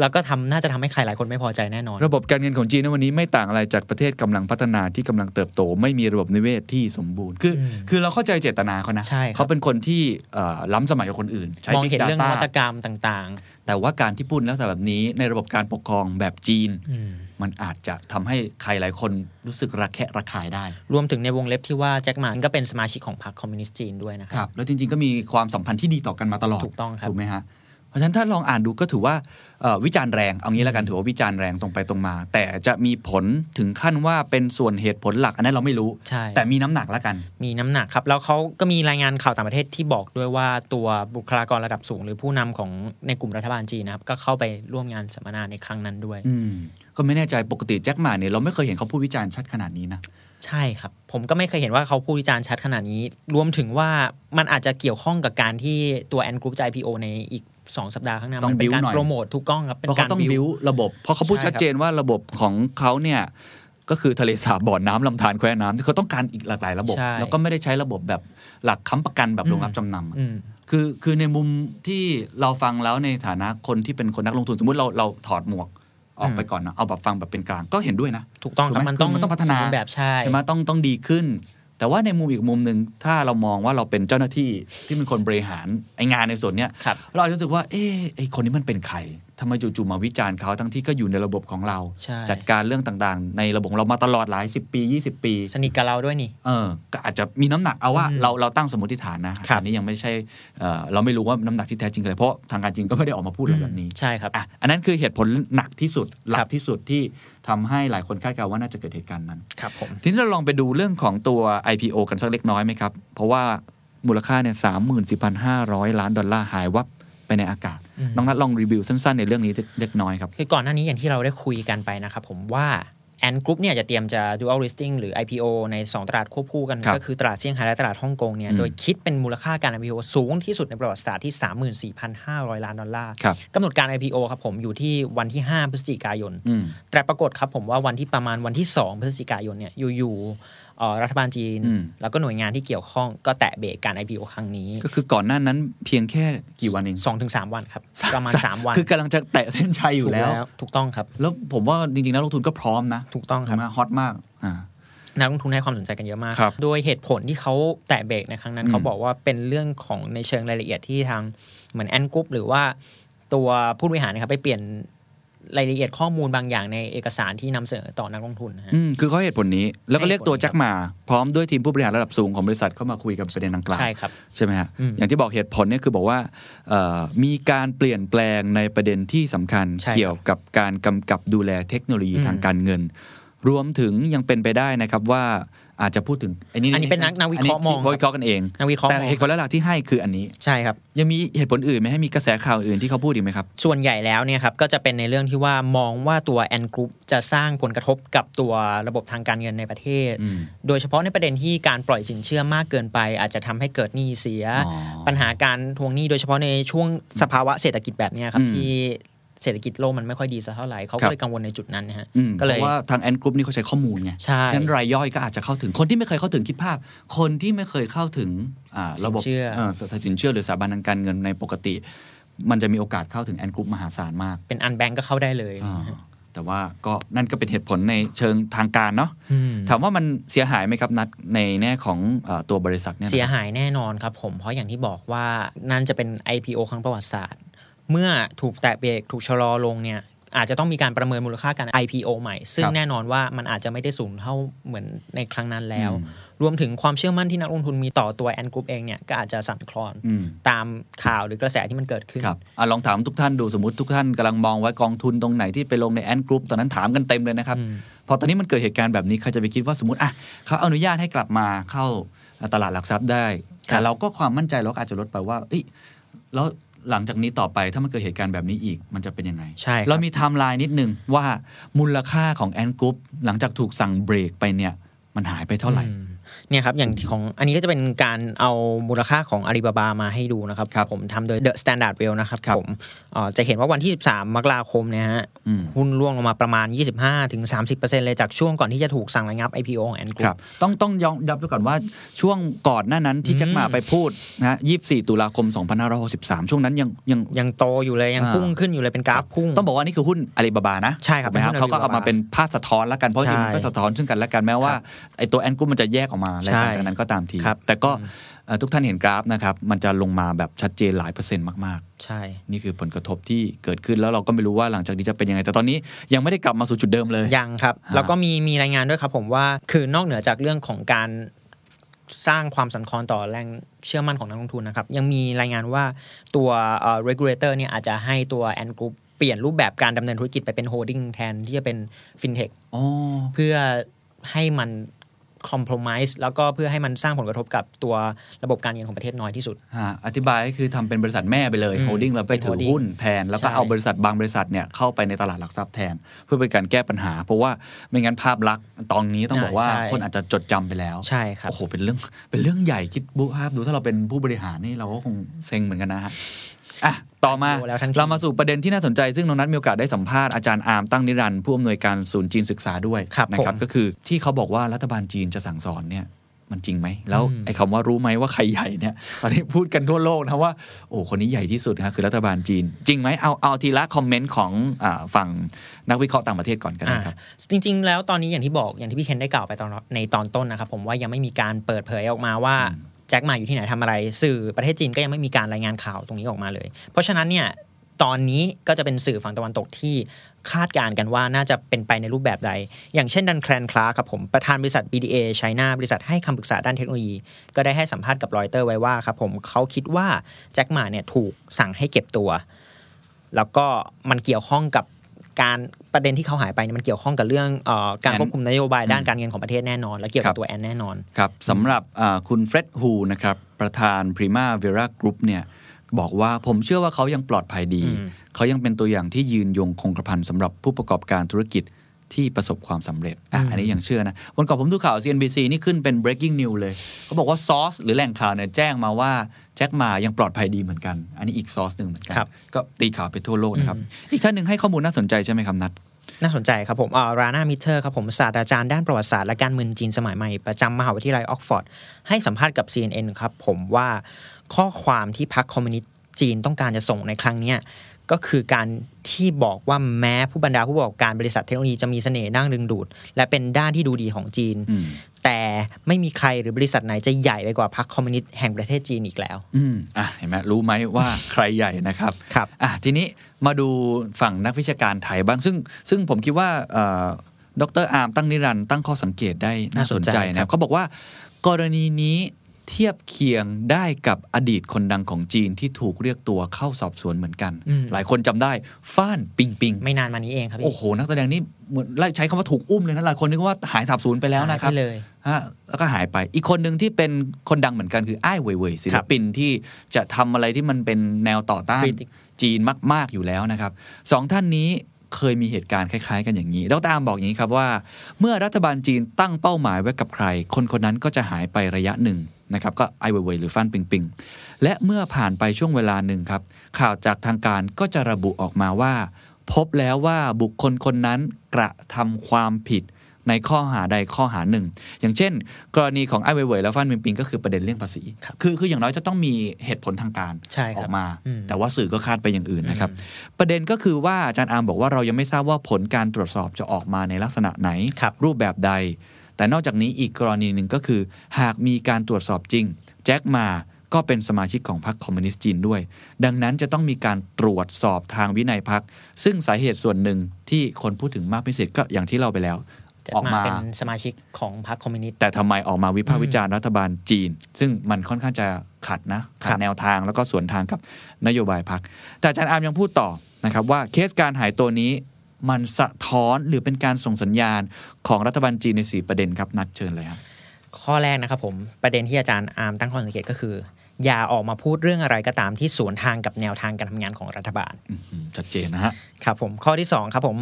แล้วก็ทำน่าจะทำให้ใครหลายคนไม่พอใจแน่นอน
ระบบการเงินของจีนในวันนี้ไม่ต่างอะไรจากประเทศกำลังพัฒนาที่กำลังเติบโต ไม่มีระบบนิเวศที่สมบูรณ์ คืออ
ม
คือเราเข้าใจเจตนาเขานะ
ใช่ครับ
เขาเป็นคนที่เอ่อล้ำสมัยกว่าคนอื่น ใช้
มอง
Big
เห็นเรื่องน
Data
วัตกรรมต่าง
แต่ว่าการที่พูดลักษณะแบบนี้ในระบบการปกครองแบบจีน
ๆอืม
มันอาจจะทำให้ใครหลายคนรู้สึกระแคะระคายได้
รวมถึงในวงเล็บที่ว่าแจ็คหมาก็เป็นสมาชิกของพรรคคอมมิวนิสต์จีนด้วยนะค
ครั
รับ
บแล้วจริงๆก็มีความสัมพันธ์ที่ดีต่อกันมาตลอด
ถูกต้องครับ
ถูกไหมฮะเพราะฉะนั้นถ้าลองอ่านดูก็ถือว่าเอ่อวิจารณ์แรงเอางี้แล้วกันถือว่าวิจารณ์แรงตรงไปตรงมา แต่จะมีผลถึงขั้นว่าเป็นส่วนเหตุผลหลักอันนั้นเราไม่รู้
ใช่
แต่มีน้ำหนักแล้วกัน
มีน้ำหนักครับ แล้วเขาก็มีรายงานข่าวต่างประเทศที่บอกด้วยว่าตัวบุคลากรระดับสูง หรือผู้นำของในกลุ่มรัฐบาลจีนนะครับก็เข้าไปร่วมงานสัมมนาในครั้งนั้นด้วย
อืม ก็ไม่แน่ใจปกติแจ็คหมาเนี่ยเราไม่เคยเห็นเขาพูดวิจารณ์ชัดขนาดนี้นะ
ใช่ครับ ผมก็ไม่เคยเห็นว่าเขาพูดวิจารณ์ชัดขนาดนี้ รวมถึงว่ามันอาจจะเกี่ยวข้องกับการที่ตัวแอนกรุ๊ปจะ IPO ในอีก 2 สัปดาห์ข้างหน้า
ต้อง
มัเป็น
build
การ
หน่อย
โปรโมทถูกต้องครับ เป็
เพ
น
ราะ
การ
เขาต้อง
build
บิวระบบ เพราะเขาพูด
ใช่ครับ
ชัดเจนว่าระบบของเขาเนี่ย ก็คือทะเลสาบบ่อน้ำลำธารแควน้ำที่เขาต้องการอีกหลากหลายระบบ
ใช่
แล้วก็ไม่ได้ใช้ระบบแบบหลักค้ำประกันแบบ
อืม
โรงรับจำนำอะ
อืม
คือคือในมุมที่เราฟังแล้วในฐานะคนที่เป็นคนนักลงทุน สมมติเราเราถอดหมวกออกไป
อืม
ก่อนเนอะเอาแบบฟังแบบเป็นกลางก็เห็นด้วยนะ
ถูกต้องค
ถู
รั
กไหม
บมันต้อง
มันต้องพัฒนา
สบูรณ์แบบใช่
ใช่ไหมต้องต้องดีขึ้น แต่ว่าในมุมอีกมุมหนึ่งถ้าเรามองว่าเราเป็นเจ้าหน้าที่ที่เป็นคนบริหารไองานในส่วนเนี้ย
ครับ
เราอาจจะรู้สึกว่า เอ๊ะไอคนนี้มันเป็นใคร ทำไมจู่ๆมาวิจารณ์เขาทั้งที่ก็อยู่ในระบบของเรา
ใช่
จัดการเรื่องต่างๆ ในระบบของเรามาตลอดหลาย 10 ปี 20 ปี
สนิทกับเราด้วยนี่
เออก็อาจจะมีน้ำหนักเอาว่า
อืม
เราเราตั้งสมมติฐานนะครับ อันนี้ยังไม่ใช่เอ่อเราไม่รู้ว่าน้ำหนักที่แท้จริงเลยเพราะทางการจีนก็ไม่ได้ออกมาพูดอะไรแบบนี้
ใช่ครับ
อ่ะอันนั้นคือเหตุผลหนักที่สุดหลั
ครั
ก
บ
ที่สุดที่ทำให้หลายคนคาดการณ์ว่าน่าจะเกิดเหตุการณ์นั้น
ครับผม
ทีนี้เราลองไปดูเรื่องของตัว IPO กันสักเล็กน้อยไหมครับ เพราะว่ามูลค่าเนี่ยสามหมื่นสี่พันห้าร้อยล้านดอลลาร์หายวับไปในอากาศ
อืม
น้องนัทลองรีวิวสั้นๆ ในเรื่องนี้เล็กน้อยครับ
คือก่อนหน้านี้อย่างที่เราได้คุยกันไปนะครับผมว่าแอนกรุ๊ปเนี่ยจะเตรียมจะ dual listing หรือ IPO ใน 2 ตลาดควบคู่กัน
ครับ
ก็คือตลาดเซี่ยงไฮ้และตลาดฮ่องกงเนี่ย
อืม
โดยคิดเป็นมูลค่าการ IPO สูงที่สุดในประวัติศาสตร์ที่ 34,500 ล้านดอลลาร์
ครับ
กำหนดการ IPO ครับผมอยู่ที่วันที่ 5 พฤศจิกายน
อืม
แต่ปรากฏครับผมว่าวันที่ประมาณวันที่ 2 พฤศจิกายนเนี่ยอยู่ๆเอ่อรัฐบาลจีน
อืม
แล้วก็หน่วยงานที่เกี่ยวข้องก็แตะเบรกการ IPO ครั้งนี้
ก็คือก่อนหน้านั้นเพียงแค่กี่วันเอง
สองถึงสามวันครับประมาณสามวัน
คือกำลังจะแตะเส้นชัยอยู่แล้ว
ถูกต้องครับ
แล้วผมว่าจริงๆ แล้วลงทุนก็พร้อมนะ
ถูกต้องครับ
ถูกไหมฮอตมากอ่า
นักลงทุนให้ความสนใจกันเยอะมาก
ครับ
โดยเหตุผลที่เขาแตะเบรกในครั้งนั้น
อืม
เขาบอกว่าเป็นเรื่องของในเชิงรายละเอียดที่ทางเหมือนแอนกรุ๊ปหรือว่าตัวผู้บริหารนะครับไปเปลี่ยนรายละเอียดข้อมูลบางอย่างในเอกสารที่นำเสนอต่อนักลงทุนนะฮะ
ืมคือเขาเหตุผลนี้ แล้วก็เรียกตัว
ให้ผล
แจ็คหมา พร้อมด้วยทีมผู้บริหารระดับสูงของบริษัทเข้ามาคุยกับประเด็นดังกล่าว
ใช่ครับ
ใช่ไหมฮะ
อืม
อย่างที่บอกเหตุผลเนี่ยคือบอกว่าเอ่อมีการเปลี่ยนแปลงในประเด็นที่สำคัญ
ใช่ครับ
เกี่ยวกับการกำกับดูแลเทคโนโลยี
อืม
ทางการเงิน รวมถึงยังเป็นไปได้นะครับว่าอาจจะพูดถึงอันนี้
อันนี้เป็นนักนักวิเคราะห์มอง
นนี้วิเคราะห์กันเอง
นักวิเคราะห์
แต่
มอง
เหตุผลหลักๆที่ให้คืออันนี้
ใช่ครับ
ยังมีเหตุผลอื่นไหมให้มีกระแสข่าวอื่นที่เขาพูดอีกไหมครับ
ส่วนใหญ่แล้วเนี่ยครับก็จะเป็นในเรื่องที่ว่ามองว่าตัวแอนกรุ๊ปจะสร้างผลกระทบกับตัวระบบทางการเงินในประเทศ
อืม
โดยเฉพาะในประเด็นที่การปล่อยสินเชื่อมากเกินไป อาจจะทำให้เกิดหนี้เสีย
อ๋อ
ปัญหาการทวงหนี้โดยเฉพาะในช่วงสภาวะเศรษฐกิจแบบเนี้ยครั
อื
บ
ม
ที่เศรษฐกิจโลกมันไม่ค่อยดีสักเท่าไหร่เขา
ครั
ก็
บ
เลยกังวลในจุดนั้นนะฮะ
อืม
ก็เลย
เพราะว่าทางแอนกรุ๊ปนี่เขาใช้ข้อมูลไง
ใช่
ฉะนั้นรายย่อยก็อาจจะเข้าถึงคนที่ไม่เคยเข้าถึงคิดภาพ คนที่ไม่เคยเข้าถึงอ่าระบบ
สินเชื่อ
เอ่อสินเชื่อหรือสถาบันทางการเงินในปกติ มันจะมีโอกาสเข้าถึงแอนกรุ๊ปมหาศาลมาก
เป็นอันแบงก์ก็เข้าได้เลย
อ่า
นะฮะ
แต่ว่าก็นั่นก็เป็นเหตุผลในเชิงทางการเนาะ
อืม
ถามว่ามันเสียหายไหมครับนัดในแง่ของเอ่อตัวบริษัทเนี่ยนะ
เสียหายแน่นอนครับผมเพราะอย่างที่บอกว่านั่นจะเป็น IPO ครั้งประวัติศาสตร์ เมื่อถูกแตะเบรกถูกชะลอลงเนี่ยอาจจะต้องมีการประเมินมูลค่าการ IPO ใหม่ ซึ่งแน่นอนว่ามันอาจจะไม่ได้สูงเท่าเหมือนในครั้งนั้นแล้ว รวมถึงความเชื่อมั่นที่นักลงทุนมีต่อตัวแอนกรุ๊ปเองเนี่ยก็อาจจะสั่นคลอน
อืม
ตามข่าวหรือกระแสที่มันเกิดขึ้น
ครับอะลองถามทุกท่านดูสมมติทุกท่านกำลังมองไว้กองทุนตรงไหนที่ไปลงในแอนกรุ๊ปตอนนั้นถามกันเต็มเลยนะครับ
อืม
พอตอนนี้มันเกิดเหตุการณ์แบบนี้ใครจะไปคิดว่าสมมติอ่ะเขาอนุญาตให้กลับมาเข้าตลาดหลักทรัพย์ได้ แต่เราก็ความมั่นใจเราก็อาจจะลดไปว่าเอ้ยแล้วหลังจากนี้ต่อไปถ้ามันเกิดเหตุการณ์แบบนี้อีกมันจะเป็นยังไง
ใช่ครับ
เรามีไทม์ไลน์นิดนึงว่ามูลค่าของแอนกรุ๊ปหลังจากถูกสั่งเบรกไปเนี่ยมันหายไปเท่าไหร่
อืมเนี่ยครับ อย่างที่ของอันนี้ก็จะเป็นการเอามูลค่าของอาลีบาบามาให้ดูนะครับ
ครับ
ผมทำโดย The Standard Well นะครับ
ครับ
ผมเอ่อจะเห็นว่าวันที่ 13 มกราคมเนี่ยฮะ
อืม
หุ้นร่วงลงมาประมาณ 25-30%เลยจากช่วงก่อนที่จะถูกสั่งระงับ IPO ของแอนก
ค
รุ๊
รับ
ป
ต้องต้องยอมรับไปก่อนว่าช่วงก่อนหน้านั้นที่แจ็คหมา
อืม
ไปพูดนะ24 ตุลาคม 2563 ช่วงนั้นยังยัง
ยังโตอยู่เลย ยัง
อ่า
พุ่งขึ้นอยู่เลยเป็นกราฟพุ่ง
ต้องบอกว่านี่คือหุ้นอาลีบาบานะ
ใช่ครับ
ถูกไหมครับ
เป็นหุ้น
เขาก็
Alibaba
เอามาเป็นภาพสะท้อนละกัน เพราะจริงๆมันก็
ใช่
สะท้อนซึ่งกันและกันแม้ว่า
ครับ
ไอตัวแอนกูมันจะแยกออกมาอะไร
ใช่
หลังจากนั้นก็ตามที
ครับ
แต่ก็เอ่อทุกท่านเห็นกราฟนะครับ มันจะลงมาแบบชัดเจนหลายเปอร์เซ็นต์มาก
ใช่
ๆ นี่คือผลกระทบที่เกิดขึ้นแล้วเราก็ไม่รู้ว่าหลังจากนี้จะเป็นยังไง แต่ตอนนี้ยังไม่ได้กลับมาสู่จุดเดิมเลย
ยังครับ
ฮะ
แล้วก็มีมีรายงานด้วยครับผมว่าคือนอกเหนือจากเรื่องของการสร้างความสันคลอนต่อแรงเชื่อมั่นของนักลงทุนนะครับ ยังมีรายงานว่าตัวเอ่อ regulator เนี่ยอาจจะให้ตัว a n d group เปลี่ยนรูปแบบการดำเนินธุรกิจไปเป็น holding แทนที่จะเป็น fintech
อ๋อ
เพื่อให้มัน compromise แล้วก็เพื่อให้มันสร้างผลกระทบกับตัวระบบการเงินของประเทศน้อยที่สุด
ฮะอธิบายก็คือทำเป็นบริษัทแม่ไปเลย
อืม
โฮลดิ้งแล้วไปถือ
เป็น holding
หุ้นแทน แล้วก็
ใช่
เอาบริษัทบางบริษัทเนี่ยเข้าไปในตลาดหลักทรัพย์แทน เพื่อเป็นการแก้ปัญหา เพราะว่าไม่งั้นภาพลักษณ์ตอนนี้ต้องบอกว่า
ใช่
คนอาจจะจดจำไปแล้ว
ใช่ครับ
โอ้โหเป็นเรื่อง เป็นเรื่องใหญ่คิดบุภาพดูถ้าเราเป็นผู้บริหารนี่เราก็คงเซ็งเหมือนกันนะฮะอ่ะต่อมา
โอ้แล้วทั้งที
เรามาสู่ประเด็นที่น่าสนใจ ซึ่งน้องนัทมีโอกาสได้สัมภาษณ์อาจารย์อาร์มตั้งนิรันดร์ผู้อำนวยการศูนย์จีนศึกษาด้วย
ครับ
นะ
ผม
ก็คือที่เขาบอกว่ารัฐบาลจีนจะสั่งสอนเนี่ยมันจริงไหม แล้ว
อืม
ไอ้คำว่ารู้ไหมว่าใครใหญ่เนี่ย ตอนนี้พูดกันทั่วโลกนะว่า โอ้คนนี้ใหญ่ที่สุดนะคือรัฐบาลจีน จริงไหมเอาเอาทีละคอมเมนต์ของอาฝั่งนักวิเคราะห์ต่างประเทศก่อนกันนะครับ
อ่าจริง ๆ แล้วตอนนี้อย่างที่บอกอย่างที่พี่เคนได้กล่าวไปตอนในตอนต้นนะครับผมว่ายังไม่มีการเปิดเผยออกมาว่า
อืม
แจ็คหมาอยู่ที่ไหนทำอะไร สื่อประเทศจีนก็ยังไม่มีการรายงานข่าวตรงนี้ออกมาเลย เพราะฉะนั้นเนี่ย ตอนนี้ก็จะเป็นสื่อฝั่งตะวันตกที่คาดการณ์กันว่าน่าจะเป็นไปในรูปแบบใด อย่างเช่นดันแคลนคลาร์ครับผม ประธานบริษัท BDA ไชน่าบริษัทให้คำปรึกษาด้านเทคโนโลยี ก็ได้ให้สัมภาษณ์กับรอยเตอร์ไว้ว่าครับผมเขาคิดว่าแจ็คหมาเนี่ยถูกสั่งให้เก็บตัว แล้วก็มันเกี่ยวข้องกับการประเด็นที่เขาหายไปเนี่ยมันเกี่ยวข้องกับเรื่องเออการควบคุมนโยบายด้านการเงินของประเทศแน่นอน และเกี่ยว
ครั
กับบ ตัวแอนแน่นอน
ครับสำหรับอ่าคุณเฟร็ดฮูนะครับ ประธาน Prima Vera Group เนี่ยบอกว่าผมเชื่อว่าเขายังปลอดภัยดี
อืม
เขายังเป็นตัวอย่างที่ยืนยงคงกระพันสำหรับผู้ประกอบการธุรกิจที่ประสบความสำเร็จอ่ะอันนี้ยังเชื่อนะ วันก่อนผมดูข่าว CNBC นี่ขึ้นเป็น breaking news เลย เขาบอกว่าซอสหรือแหล่งข่าวเนี่ยแจ้งมาว่าแจ็คมายังปลอดภัยดีเหมือนกัน อันนี้อีกซอสหนึ่งเหมือนกัน
ครับ
ก็ตีข่าวไปทั่วโลกนะครับอีกท่านหนึ่งให้ข้อมูลน่าสนใจใช่ไหมครับนัท
น่าสนใจครับผมราน่ามิเตอร์ครับผมศาสตราจารย์ด้านประวัติศาสตร์และการเมืองจีนสมัยใหม่ ประจำมหาวิทยาลัยออกฟอร์ด ให้สัมภาษณ์กับ CNN ครับผมว่าข้อความที่พรรคคอมมิวนิสต์จีนต้องการจะส่งในครั้งเนี้ยก็คือการที่บอกว่าแม้ผู้บรรดาผู้ประกอบการบริษัทเทคโนโลยีจะมีเสน่ห์นั่งดึงดูด และเป็นด้านที่ดูดีของจีน
อืม
แต่ไม่มีใครหรือบริษัทไหนจะใหญ่ไปกว่าพรรคคอมมิวนิสต์แห่งประเทศจีนอีกแล้ว
อืมอ่ะเห็นไหมรู้ไหมว่าใครใหญ่นะครับ
ครับ
อ่ะทีนี้มาดูฝั่งนักวิชาการไทยบ้างซึ่ง ซึ่งผมคิดว่าเอ่อดรอาร์มตั้งนิรันดร์ตั้งข้อสังเกตได้น่าสนใจ
น่าสนใจ
นะค
ครั
รับบ เขาบอกว่ากรณีนี้เทียบเคียงได้กับอดีตคนดังของจีนที่ถูกเรียกตัวเข้าสอบสวนเหมือนกัน หลายคนจำได้ฟ้านปิงปิง
ไม่นานมานี้เองครับพี่
โอ้โห นักแสดงนี่เหมือนไล่ใช้คำว่าถูกอุ้มเลยนะหลายคนนึกว่าหายสาบสูญไปแล้วนะครับ
หายไปเลย
ฮะแล้วก็หายไปอีกคนหนึ่งที่เป็นคนดังเหมือนกันคือไอ้ายเว่ยเว่ยศิลปินที่จะทำอะไรที่มันเป็นแนวต่อต้าน
Critic
จีนมาก ๆ อยู่แล้วนะครับสองท่านนี้เคยมีเหตุการณ์คล้าย ๆ กันอย่างนี้ดรอามบอกอย่างนี้ครับว่า เมื่อรัฐบาลจีนตั้งเป้าหมายไว้กับใคร คนคนนั้นก็จะหายไประยะหนึ่งนะครับก็ไอ้ายเว่ยเว่ยหรือฟันปิงปิงและเมื่อผ่านไปช่วงเวลาหนึ่งครับข่าวจากทางการก็จะระบุออกมาว่า พบแล้วว่าบุคคลคนนั้นกระทำความผิด ในข้อหาใดข้อหาหนึ่ง อย่างเช่น กรณีของไอ้เว่ยเว่ยและฟันปิงปิงก็คือประเด็นเรื่องภาษี
ครับ
คือคืออย่างน้อยจะต้องมีเหตุผลทางการ
ใช่ครับ
ออกมา
อืม
แต่ว่าสื่อก็คาดไปอย่างอื่นนะครับ ประเด็นก็คือว่าอาจารย์อาร์มบอกว่าเรายังไม่ทราบว่าผลการตรวจสอบจะออกมาในลักษณะไหน
ครับ
รูปแบบใด แต่นอกจากนี้อีกกรณีหนึ่งก็คือ หากมีการตรวจสอบจริง แจ็คมาก็เป็นสมาชิกของพรรคคอมมิวนิสต์จีนด้วย ดังนั้นจะต้องมีการตรวจสอบทางวินัยพรรคซึ่งสาเหตุส่วนหนึ่งที่คนพูดถึงมากพิเศษก็อย่างที่เราไปแล้ว
จะ
ออก
มา
มา
เป็นสมาชิกของพรรคคอมมิวนิสต์
แต่ทำไมออกมาวิพากษ์
อืม
วิจารณ์รัฐบาลจีน ซึ่งมันค่อนข้างจะขัดนะขัด
ครับ
แนวทางแล้วก็สวนทางกับนโยบายพัก แต่อาจารย์อาร์มยังพูดต่อนะครับว่าเคสการหายตัวนี้ มันสะท้อนหรือเป็นการส่งสัญญาณของรัฐบาลจีนใน 4 ประเด็นครับ นัดเชิญเลยครับ
ข้อแรกนะครับผมประเด็นที่อาจารย์อาร์มตั้งข้อสังเกตก็คือ อย่าออกมาพูดเรื่องอะไรก็ตามที่สวนทางกับแนวทางการทำงานของรัฐบาล
อื้อหือชัดเจนนะฮะ
ครับผมข้อที่สองครับผม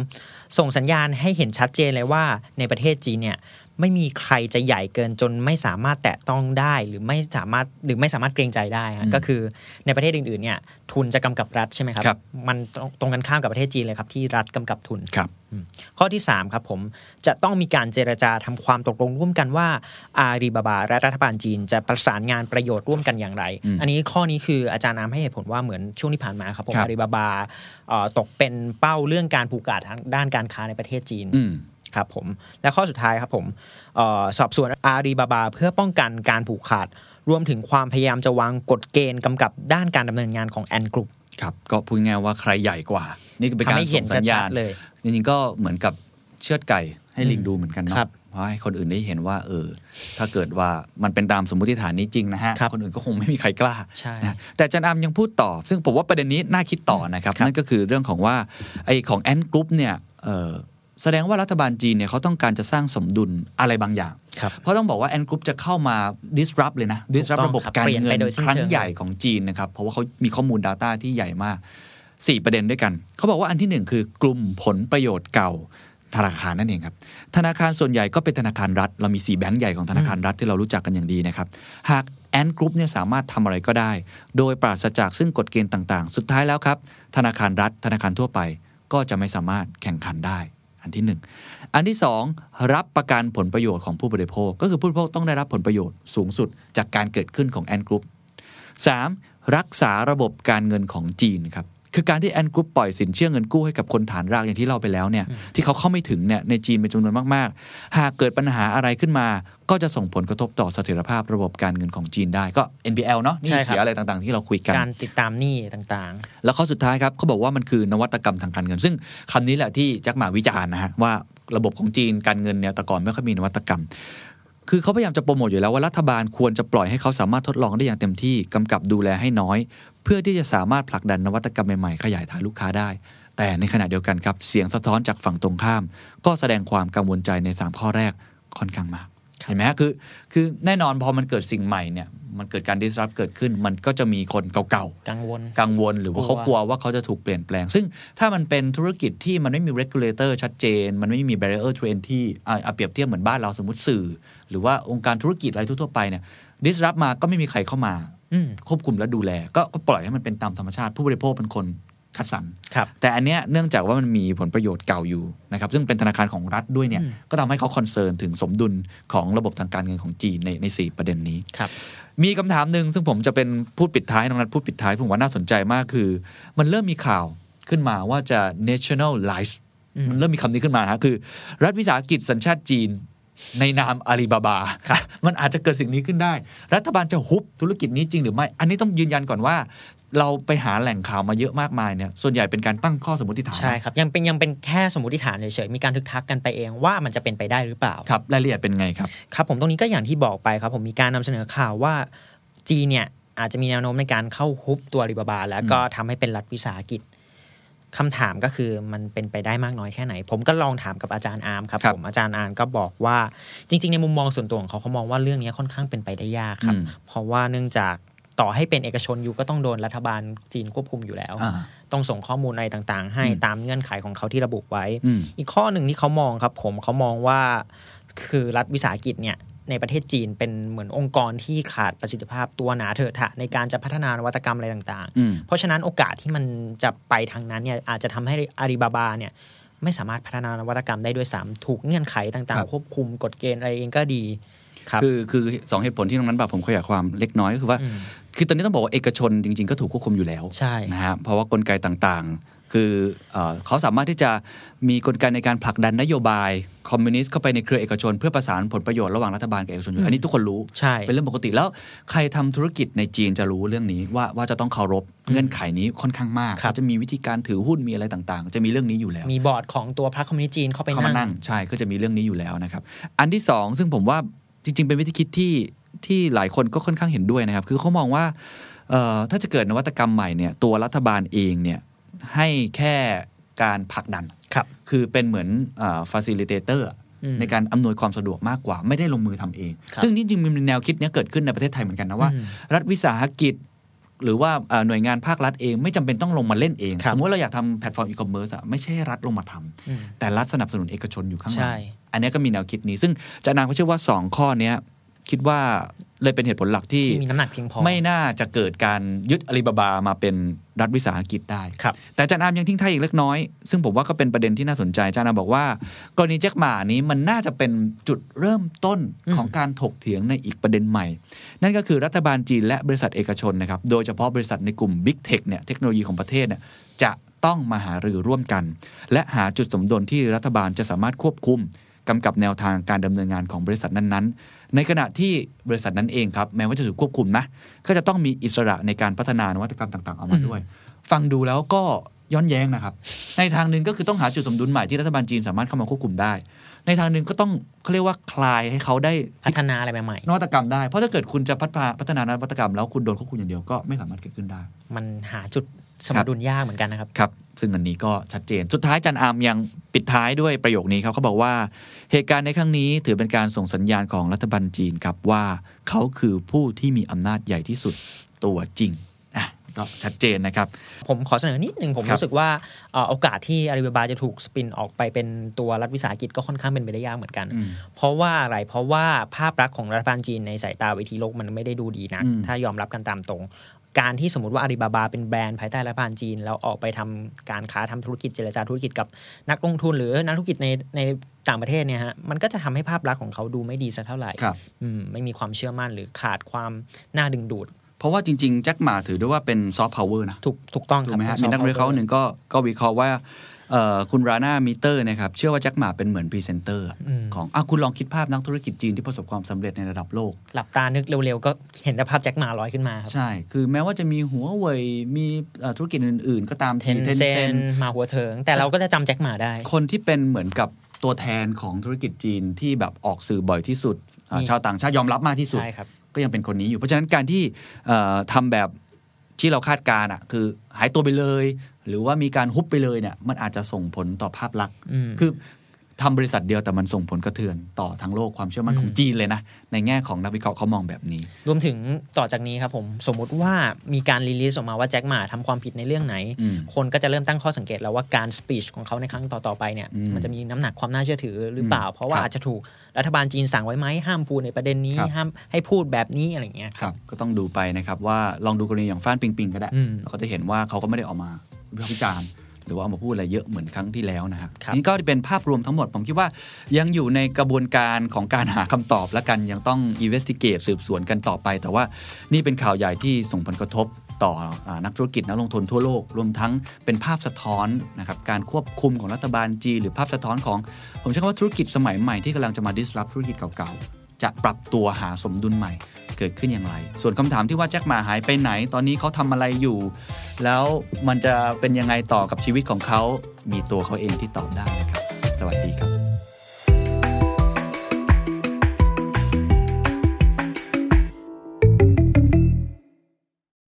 ส่งสัญญาณให้เห็นชัดเจนเลยว่าในประเทศจีนเนี่ยไม่มีใครจะใหญ่เกินจนไม่สามารถแตะต้องได้หรือไม่สามารถหรือไม่สามารถเกรงใจได้ฮะ
อืม
ก็คือในประเทศอื่นๆเนี่ยทุนจะกำกับรัฐใช่ไหมครับ
ครับ
มันตรงตรงกันข้ามกับประเทศจีนเลยครับที่รัฐกำกับทุน
ครับ
ข้อที่ 3 ครับผมจะต้องมีการเจรจาทำความตกลงร่วมกันว่าอาลีบาบาและรัฐบาลจีนจะประสานงานประโยชน์ร่วมกันอย่างไร
อืม
อันนี้ข้อนี้คืออาจารย์น้ำให้เหตุผลว่าเหมือนช่วงที่ผ่านมาครับผม
ครับ
อาลีบาบาเอ่อตกเป็นเป้าเรื่องการผูกขาดทางด้านการค้าในประเทศจีน
อืม
ครับผมและข้อสุดท้ายครับผมเออสอบสวนอารีบาบา เพื่อป้องกันการผูกขาด รวมถึงความพยายามจะวางกฎเกณฑ์กำกับด้านการดำเนินงานของแอนกรุ๊ป
ครับ ก็พูดง่ายๆว่าใครใหญ่กว่า นี่คือเป็น
ทำ
การ
ให้เห็
ส่
น
ง
ชั
สัญญา
ด
ณ
ๆเลย
จริงๆก็เหมือนกับเชือดไก่ให้ลิง
อืม
ดูเหมือนกัน
ครั
เนาะ
บ
เพราะให้คนอื่นได้เห็นว่า เออ ถ้าเกิดว่ามันเป็นตามสมมติฐานนี้จริงนะฮะ
ครับ
นอื่นก็คงไม่มีใครกล้า
ใช่
นะแต่อาจันอามยังพูดต่อ ซึ่งผมว่าประเด็นนี้น่าคิดต่อนะครับ
ครับ
นั่นก็คือเรื่องของว่าไอ้ของแอนกรุ๊ปเนี่ยเออแสดงว่ารัฐบาลจีนเนี่ยเขาต้องการจะสร้างสมดุลอะไรบางอย่าง
ครับ
เพราะต้องบอกว่าแอนกรุ๊ปจะเข้ามา disrupt เลยนะ disrupt
ถูกต้อง
ระบบ
ครับ
การ
เปลี่ยน
เงิ
ไป
น
โดยสิ้น
ครั้ง
เชิง
ใหญ่ของจีนนะครับเพราะว่าเขามีข้อมูล Data ที่ใหญ่มาก 4 ประเด็นด้วยกัน เขาบอกว่าอันที่ 1 คือกลุ่มผลประโยชน์เก่าธนาคารนั่นเองครับ ธนาคารส่วนใหญ่ก็เป็นธนาคารรัฐ เรามี 4 แบงก์ใหญ่ของธนาคารรัฐที่เรารู้จักกันอย่างดีนะครับ หากแอนกรุ๊ปเนี่ยสามารถทำอะไรก็ได้ โดยปราศจากซึ่งกฎเกณฑ์ต่างๆ สุดท้ายแล้วครับ ธนาคารรัฐ ธนาคารทั่วไป ก็จะไม่สามารถแข่งขันได้ อันที่หนึ่ง อันที่ 2 รับประกันผลประโยชน์ของผู้บริโภค ก็คือผู้บริโภคต้องได้รับผลประโยชน์สูงสุดจากการเกิดขึ้นของแอนกรุ๊ป 3. รักษาระบบการเงินของจีนครับ คือการที่แอนกรุ๊ปปล่อยสินเชื่อเงินกู้ให้กับคนฐานรากอย่างที่เราไปแล้วเนี่ยที่เขาเข้าไม่ถึงเนี่ยในจีนเป็นจำนวนมากๆ หากเกิดปัญหาอะไรขึ้นมา ก็จะส่งผลกระทบต่อเสถียรภาพระบบการเงินของจีนได้ก็ NPL เนาะหนี่
ใช่ครับ
เสียอะไรต่างๆ ที่เราคุยกัน
การติดตามหนี้ต่าง
แล้วข้อสุดท้ายครับเขาบอกว่ามันคือนวัตกรรมทางการเงิน ซึ่งคำนี้แหละที่แจ็คหมาวิจารณ์นะฮะว่าระบบของจีนการเงินเนี่ยแต่ก่อนไม่ค่อยมีนวัตกรรม คือเขาพยายามจะโปรโมทอยู่แล้วว่ารัฐบาลควรจะปล่อยให้เขาสามารถทดลองได้อย่างเต็มที่กำกับดูแลให้น้อย เพื่อที่จะสามารถผลักดันนวัตกรรมใหม่ๆ ขยายฐานลูกค้าได้ แต่ในขณะเดียวกันครับเสียงสะท้อนจากฝั่งตรงข้าม ก็แสดงความกังวลใจในสามข้อแรกค่อนข้างมากเห็นไหมฮะคือคือแน่นอนพอมันเกิดสิ่งใหม่เนี่ยมันเกิดการ disrupt เกิดขึ้น มันก็จะมีคนเก่าๆ
ๆ กังวล
กังวลหรือว่าเขาก
กลั
ลัว
ว
ว่าเขาจะถูกเปลี่ยนแปลง ซึ่งถ้ามันเป็นธุรกิจที่มันไม่มี regulator ชัดเจน มันไม่มี barrier to entry อ่ะอ่ะเปรียบเทียบเหมือนบ้านเราสมมติสื่อ หรือว่าองค์การธุรกิจอะไรทั่วๆไปเนี่ย disrupt มาก็ไม่มีใครเข้ามา
อืม
ควบคุมและดูแลกก็ปล่อยให้มันเป็นตามธรรมชาติ ผู้บริโภคเป็นคนคัดสรร
ครับ
แต่อันเนี้ยเนื่องจากว่ามันมีผลประโยชน์เก่าอยู่นะครับซึ่งเป็นธนาคารของรัฐด้วยเนี่ย
อืม
ก็ทำให้เขาคอนเซิร์นถึงสมดุลของระบบทางการเงินของจีนในในสประเด็นนี้
ครับ
มีคำถามหนึ่งซึ่งผมจะเป็นพูดปิดท้ายน้องนัทพูดปิดท้ายผมว่าน่าสนใจมากคือ มันเริ่มมีข่าวขึ้นมาว่าจะ nationalize มันเริ่มมีคำนี้ขึ้นมาฮะคือ รัฐวิสาหกิจสัญชาติจีนในนามอาลีบาบา มันอาจจะเกิดสิ่งนี้ขึ้นได้ รัฐบาลจะฮุบธุรกิจนี้จริงหรือไม่ อันนี้ต้องยืนยันก่อนว่า เราไปหาแหล่งข่าวมาเยอะมากมายเนี่ยส่วนใหญ่เป็นการตั้งข้อสมมติฐาน
ใช่ครับ ยังเป็นยังเป็นแค่สมมติฐานเฉยๆมีการทึกทักกันไปเองว่ามันจะเป็นไปได้หรือเปล่า
ครับรายละเอียดเป็นไงครับ
ครับผมตรงนี้ก็อย่างที่บอกไปครับ ผมมีการนำเสนอข่าวว่าจีนเนี่ยอาจจะมีแนวโน้มในการเข้าฮุบตัวอาลีบาบา แล้วก็ทำให้เป็นรัฐวิสาหกิจคำถามก็คือมันเป็นไปได้มากน้อยแค่ไหน ผมก็ลองถามกับอาจารย์อาร์มครับ
ครับ
ผมอาจารย์อาร์มก็บอกว่าจริง ๆ ในมุมมองส่วนตัวของเขาเขามองว่าเรื่องนี้ค่อนข้างเป็นไปได้ยากครับ เพราะว่าเนื่องจากต่อให้เป็นเอกชนอยู่ก็ต้องโดนรัฐบาลจีนควบคุมอยู่แล้ว
อ่า
ต้องส่งข้อมูลอะไรต่างๆ ให้
อืม
ตามเงื่อนไขของเขาที่ระบุไว้
อืม
อีกข้อหนึ่งที่เขามองครับผมเขามองว่าคือรัฐวิสาหกิจเนี่ยในประเทศจีนเป็นเหมือนองค์กรที่ขาดประสิทธิภาพตัวหนาเถอะทะในการจะพัฒนานวัตกรรมอะไรต่าง
อืม
ๆ เพราะฉะนั้นโอกาสที่มันจะไปทางนั้นเนี่ยอาจจะทำให้อาลีบาบาเนี่ยไม่สามารถพัฒนานวัตกรรมได้ด้วยซ้ำถูกเงื่อนไขต่าง
ครับ
ๆ ควบคุมกฎเกณฑ์อะไรเองก็ดีครับ
คือคือสองเหตุผลที่น้องนั้นบอกผมขยายความเล็กน้อยก็คือว่า
อืม
คือตอนนี้ต้องบอกว่าเอกชนจริง ๆ ก็ถูกควบคุมอยู่แล้ว
ใช่
นะฮะเพราะว่ากลไกต่างๆ คือเอ่อเขาสามารถที่จะมีกลไกในการผลักดันนโยบายคอมมิวนิสต์เข้าไปในเครือเอกชน เพื่อประสานผลประโยชน์ระหว่างรัฐบาลกับเอกชนอยู่อันนี้ทุกคนรู้
ใช่
เป็นเรื่องปกติแล้วใครทำธุรกิจในจีนจะรู้เรื่องนี้ว่าว่าจะต้องเคารพเงื่อนไขนี้ค่อนข้างมากเขาจะมีวิธีการถือหุ้นมีอะไรต่างๆ จะมีเรื่องนี้อยู่แล้ว
มีบอร์ดของตัวพรรคคอมมิวนิสต์จีนเข้าไป
เข้ามานั่
นั่
ง
ง
ใช่ก็จะมีเรื่องนี้อยู่แล้วนะครับ อันที่สองซึ่งผมว่าจริง ๆ เป็นวิธีคิดที่ที่หลายคนก็ค่อนข้างเห็นด้วยนะครับ คือเขามองว่าเอ่อถ้าจะเกิดนวัตกรรมใหม่เนี่ยตัวรัฐบาลเองเนี่ยให้แค่การผลักดัน
ครับ
คือเป็นเหมือนฟาซิลิเตเตอร์
อืม
ในการอำนวยความสะดวกมากกว่า ไม่ได้ลงมือทำเอง
ครับ
ซึ่งนี่จริงๆมีแนวคิดเนี้ยเกิดขึ้นในประเทศไทยเหมือนกันนะว่า
อืม
รัฐวิสาหกิจ หรือว่าเอ่อหน่วยงานภาครัฐเองไม่จำเป็นต้องลงมาเล่นเอง
ครับ
สมมติเราอยากทำแพลตฟอร์มอีคอมเมิร์ซอะไม่ใช่ให้รัฐลงมาทำ
อืม
แต่รัฐสนับสนุนเอกชนอยู่ข้างหลั
ใช่
งอันเนี้ยก็มีแนวคิดนี้ ซึ่งอาจารย์นางก็เชื่อว่า 2 ข้อเนี้ยคิดว่าเลยเป็นเหตุผลหลักที่
ที่มีน้ำหนักเพียงพอ
ไม่น่าจะเกิดการยึดอาลีบาบามาเป็นรัฐวิสาหกิจได้
ครับ
แต่อาจารย์อามยังทิ้งท้ายอีกเล็กน้อย ซึ่งผมว่าก็เป็นประเด็นที่น่าสนใจอาจารย์อามบอกว่า กรณีแจ็คหมานี้มันน่าจะเป็นจุดเริ่มต้นของการถกเถียงในอีกประเด็นใหม่ นั่นก็คือรัฐบาลจีนและบริษัทเอกชนนะครับ โดยเฉพาะบริษัทในกลุ่ม Big Tech เนี่ยเทคโนโลยีของประเทศเนี่ยจะต้องมาหารือร่วมกัน และหาจุดสมดุลที่รัฐบาลจะสามารถควบคุมกำกับแนวทางการดำเนินงานของบริษัทนั้นๆ ในขณะที่บริษัทนั้นเองครับแม้ว่าจะถูกควบคุมนะก็จะต้องมีอิสระในการพัฒนานวัตกรรมต่างๆออกมาด้วย ฟังดูแล้วก็ย้อนแย้งนะครับ ในทางหนึ่งก็คือต้องหาจุดสมดุลใหม่ที่รัฐบาลจีนสามารถเข้ามาควบคุมได้ ในทางหนึ่งก็ต้องเขาเรียกว่าคลายให้เขาได้
พัฒนาอะไรใหม่
นวัตกรรมได้ เพราะถ้าเกิดคุณจะพัฒนาพัฒนานวัตกรรมแล้วคุณโดนควบคุมอย่างเดียวก็ไม่สามารถเกิดขึ้นได้
ๆมันหาจุดสมดุลยากเหมือนกันนะครับ
ครับ ซึ่งอันนี้ก็ชัดเจน สุดท้ายอาจันอามยังปิดท้ายด้วยประโยคนี้ครับเขาบอกว่า เหตุการณ์ในครั้งนี้ถือเป็นการส่งสัญญาณของรัฐบาลจีนครับว่าเขาคือผู้ที่มีอำนาจใหญ่ที่สุดตัวจริงอ่ะก็ชัดเจนนะครับ
ผมขอเสนอนิดหนึ่งผม
ครับ
รู้สึกว่าเอ่อโอกาสที่อาลีบาบาจะถูกสปินออกไปเป็นตัวรัฐวิสาหกิจก็ค่อนข้างเป็นไปได้ยากเหมือนกัน
อืม
เพราะว่าอะไรเพราะว่าภาพลักษณ์ของรัฐบาลจีนในสายตาเวทีโลกมันไม่ได้ดูดีนะ
อืม
ถ้ายอมรับกันตามตรง การที่สมมติว่าอาลีบาบาเป็นแบรนด์ภายใต้รัฐบาลจีนแล้วออกไปทำการค้าทำธุรกิจเจรจาธุรกิจกับนักลงทุน หรือนักธุรกิจในในต่างประเทศเนี่ยฮะมันก็จะทำให้ภาพลักษณ์ของเขาดูไม่ดีสักเท่าไหร่
ครับ
อืมไม่มีความเชื่อมั่นหรือขาดความน่าดึงดูด
เพราะว่าจริง ๆ แจ็คหมาถือได้ว่าเป็นซอฟต์พาวเวอร์นะ
ถูกถูกต้องค
ถู
รั
ก
บ
ไหมฮะ
ซอฟ
มี
ต์
นักวิเคราะห์หนึ่งก็ก็วิเคราะห์ว่าเอ่อคุณราน่ามิเตอร์นะครับเชื่อว่าแจ็คหมาเป็นเหมือนพรีเซนเตอร์อะ
ม
ของอ่ะคุณลองคิดภาพนักธุรกิจจีนที่ประสบความสำเร็จในระดับโลก
หลับตานึกเร็วๆ ก็เห็นแต่ภาพแจ็คหมาลอยขึ้นมาครับ
ใช่ คือแม้ว่าจะมีหัวเว่ยมีเอ่อธุรกิจอื่น ๆ ก็ตาม
เท
ที
น
เทน
เซ
เซ็
น
น
มาหัวเถิง แต่เราก็จะจำแจ็คหมาได้
คนที่เป็นเหมือนกับตัวแทนของธุรกิจจีนที่แบบออกสื่อบ่อยที่สุดอ่ะ
นี่
ชาวต่างชาติยอมรับมากที่สุด
ใช่ครับ
ก็ยังเป็นคนนี้อยู่ เพราะฉะนั้นการที่เอ่อทำแบบที่เราคาดการณ์อ่ะคือหายตัวไปเลย หรือว่ามีการฮุบไปเลยเนี่ยมันอาจจะส่งผลต่อภาพลักษณ์
อืม
คือทำบริษัทเดียวแต่มันส่งผลกระเทือนต่อทั้งโลกความเชื่อมั่น
อืม
ของจีนเลยนะ ในแง่ของนักวิเคราะห์เขามองแบบนี้
รวมถึงต่อจากนี้ครับผม สมมุติว่ามีการรีลิสออกมาว่าแจ็คหมาทำความผิดในเรื่องไหน
อืม
คนก็จะเริ่มตั้งข้อสังเกตแล้วว่าการสปีชของเขาในครั้งต่อ ๆ ไปเนี่ย
อืม
มันจะมีน้ำหนักความน่าเชื่อถือหรือเปล่า
อืม
เพราะว่า
ครับ
อาจจะถูกรัฐบาลจีนสั่งไว้ไหมห้ามพูดในประเด็นนี้
ครับ
ห้ามให้พูดแบบนี้อะไรอย่างเงี้ย
ครับ ก็ต้องดูไปนะครับว่าลองดูกรณีอย่างฟ้านปิงปิงก็ได้
อืม
เราก็จะเห็นว่าเขาก็ไม่ได้ออกมาวิพากษ์วิจารณ์หรือว่าออกมาพูดอะไรเยอะเหมือนครั้งที่แล้วนะครับ
ครับ
นี่ก็เป็นภาพรวมทั้งหมด ผมคิดว่ายังอยู่ในกระบวนการของการหาคำตอบและกันยังต้อง investigate สืบสวนกันต่อไป แต่ว่านี่เป็นข่าวใหญ่ที่ส่งผลกระทบต่ออานักธุรกิจนักลงทุนทั่วโลก รวมทั้งเป็นภาพสะท้อนนะครับการควบคุมของรัฐบาลจีนหรือภาพสะท้อนของ ผมใช้คำว่าธุรกิจสมัยใหม่ที่กำลังจะมา disrupt ธุรกิจเก่าๆ จะปรับตัวหาสมดุลใหม่ เกิดขึ้นอย่างไร ส่วนคำถามที่ว่าแจ็คหมาหายไปไหน ตอนนี้เขาทำอะไรอยู่ แล้วมันจะเป็นยังไงต่อกับชีวิตของเขา มีตัวเขาเองที่ตอบได้นะครับ สวัสดีครับ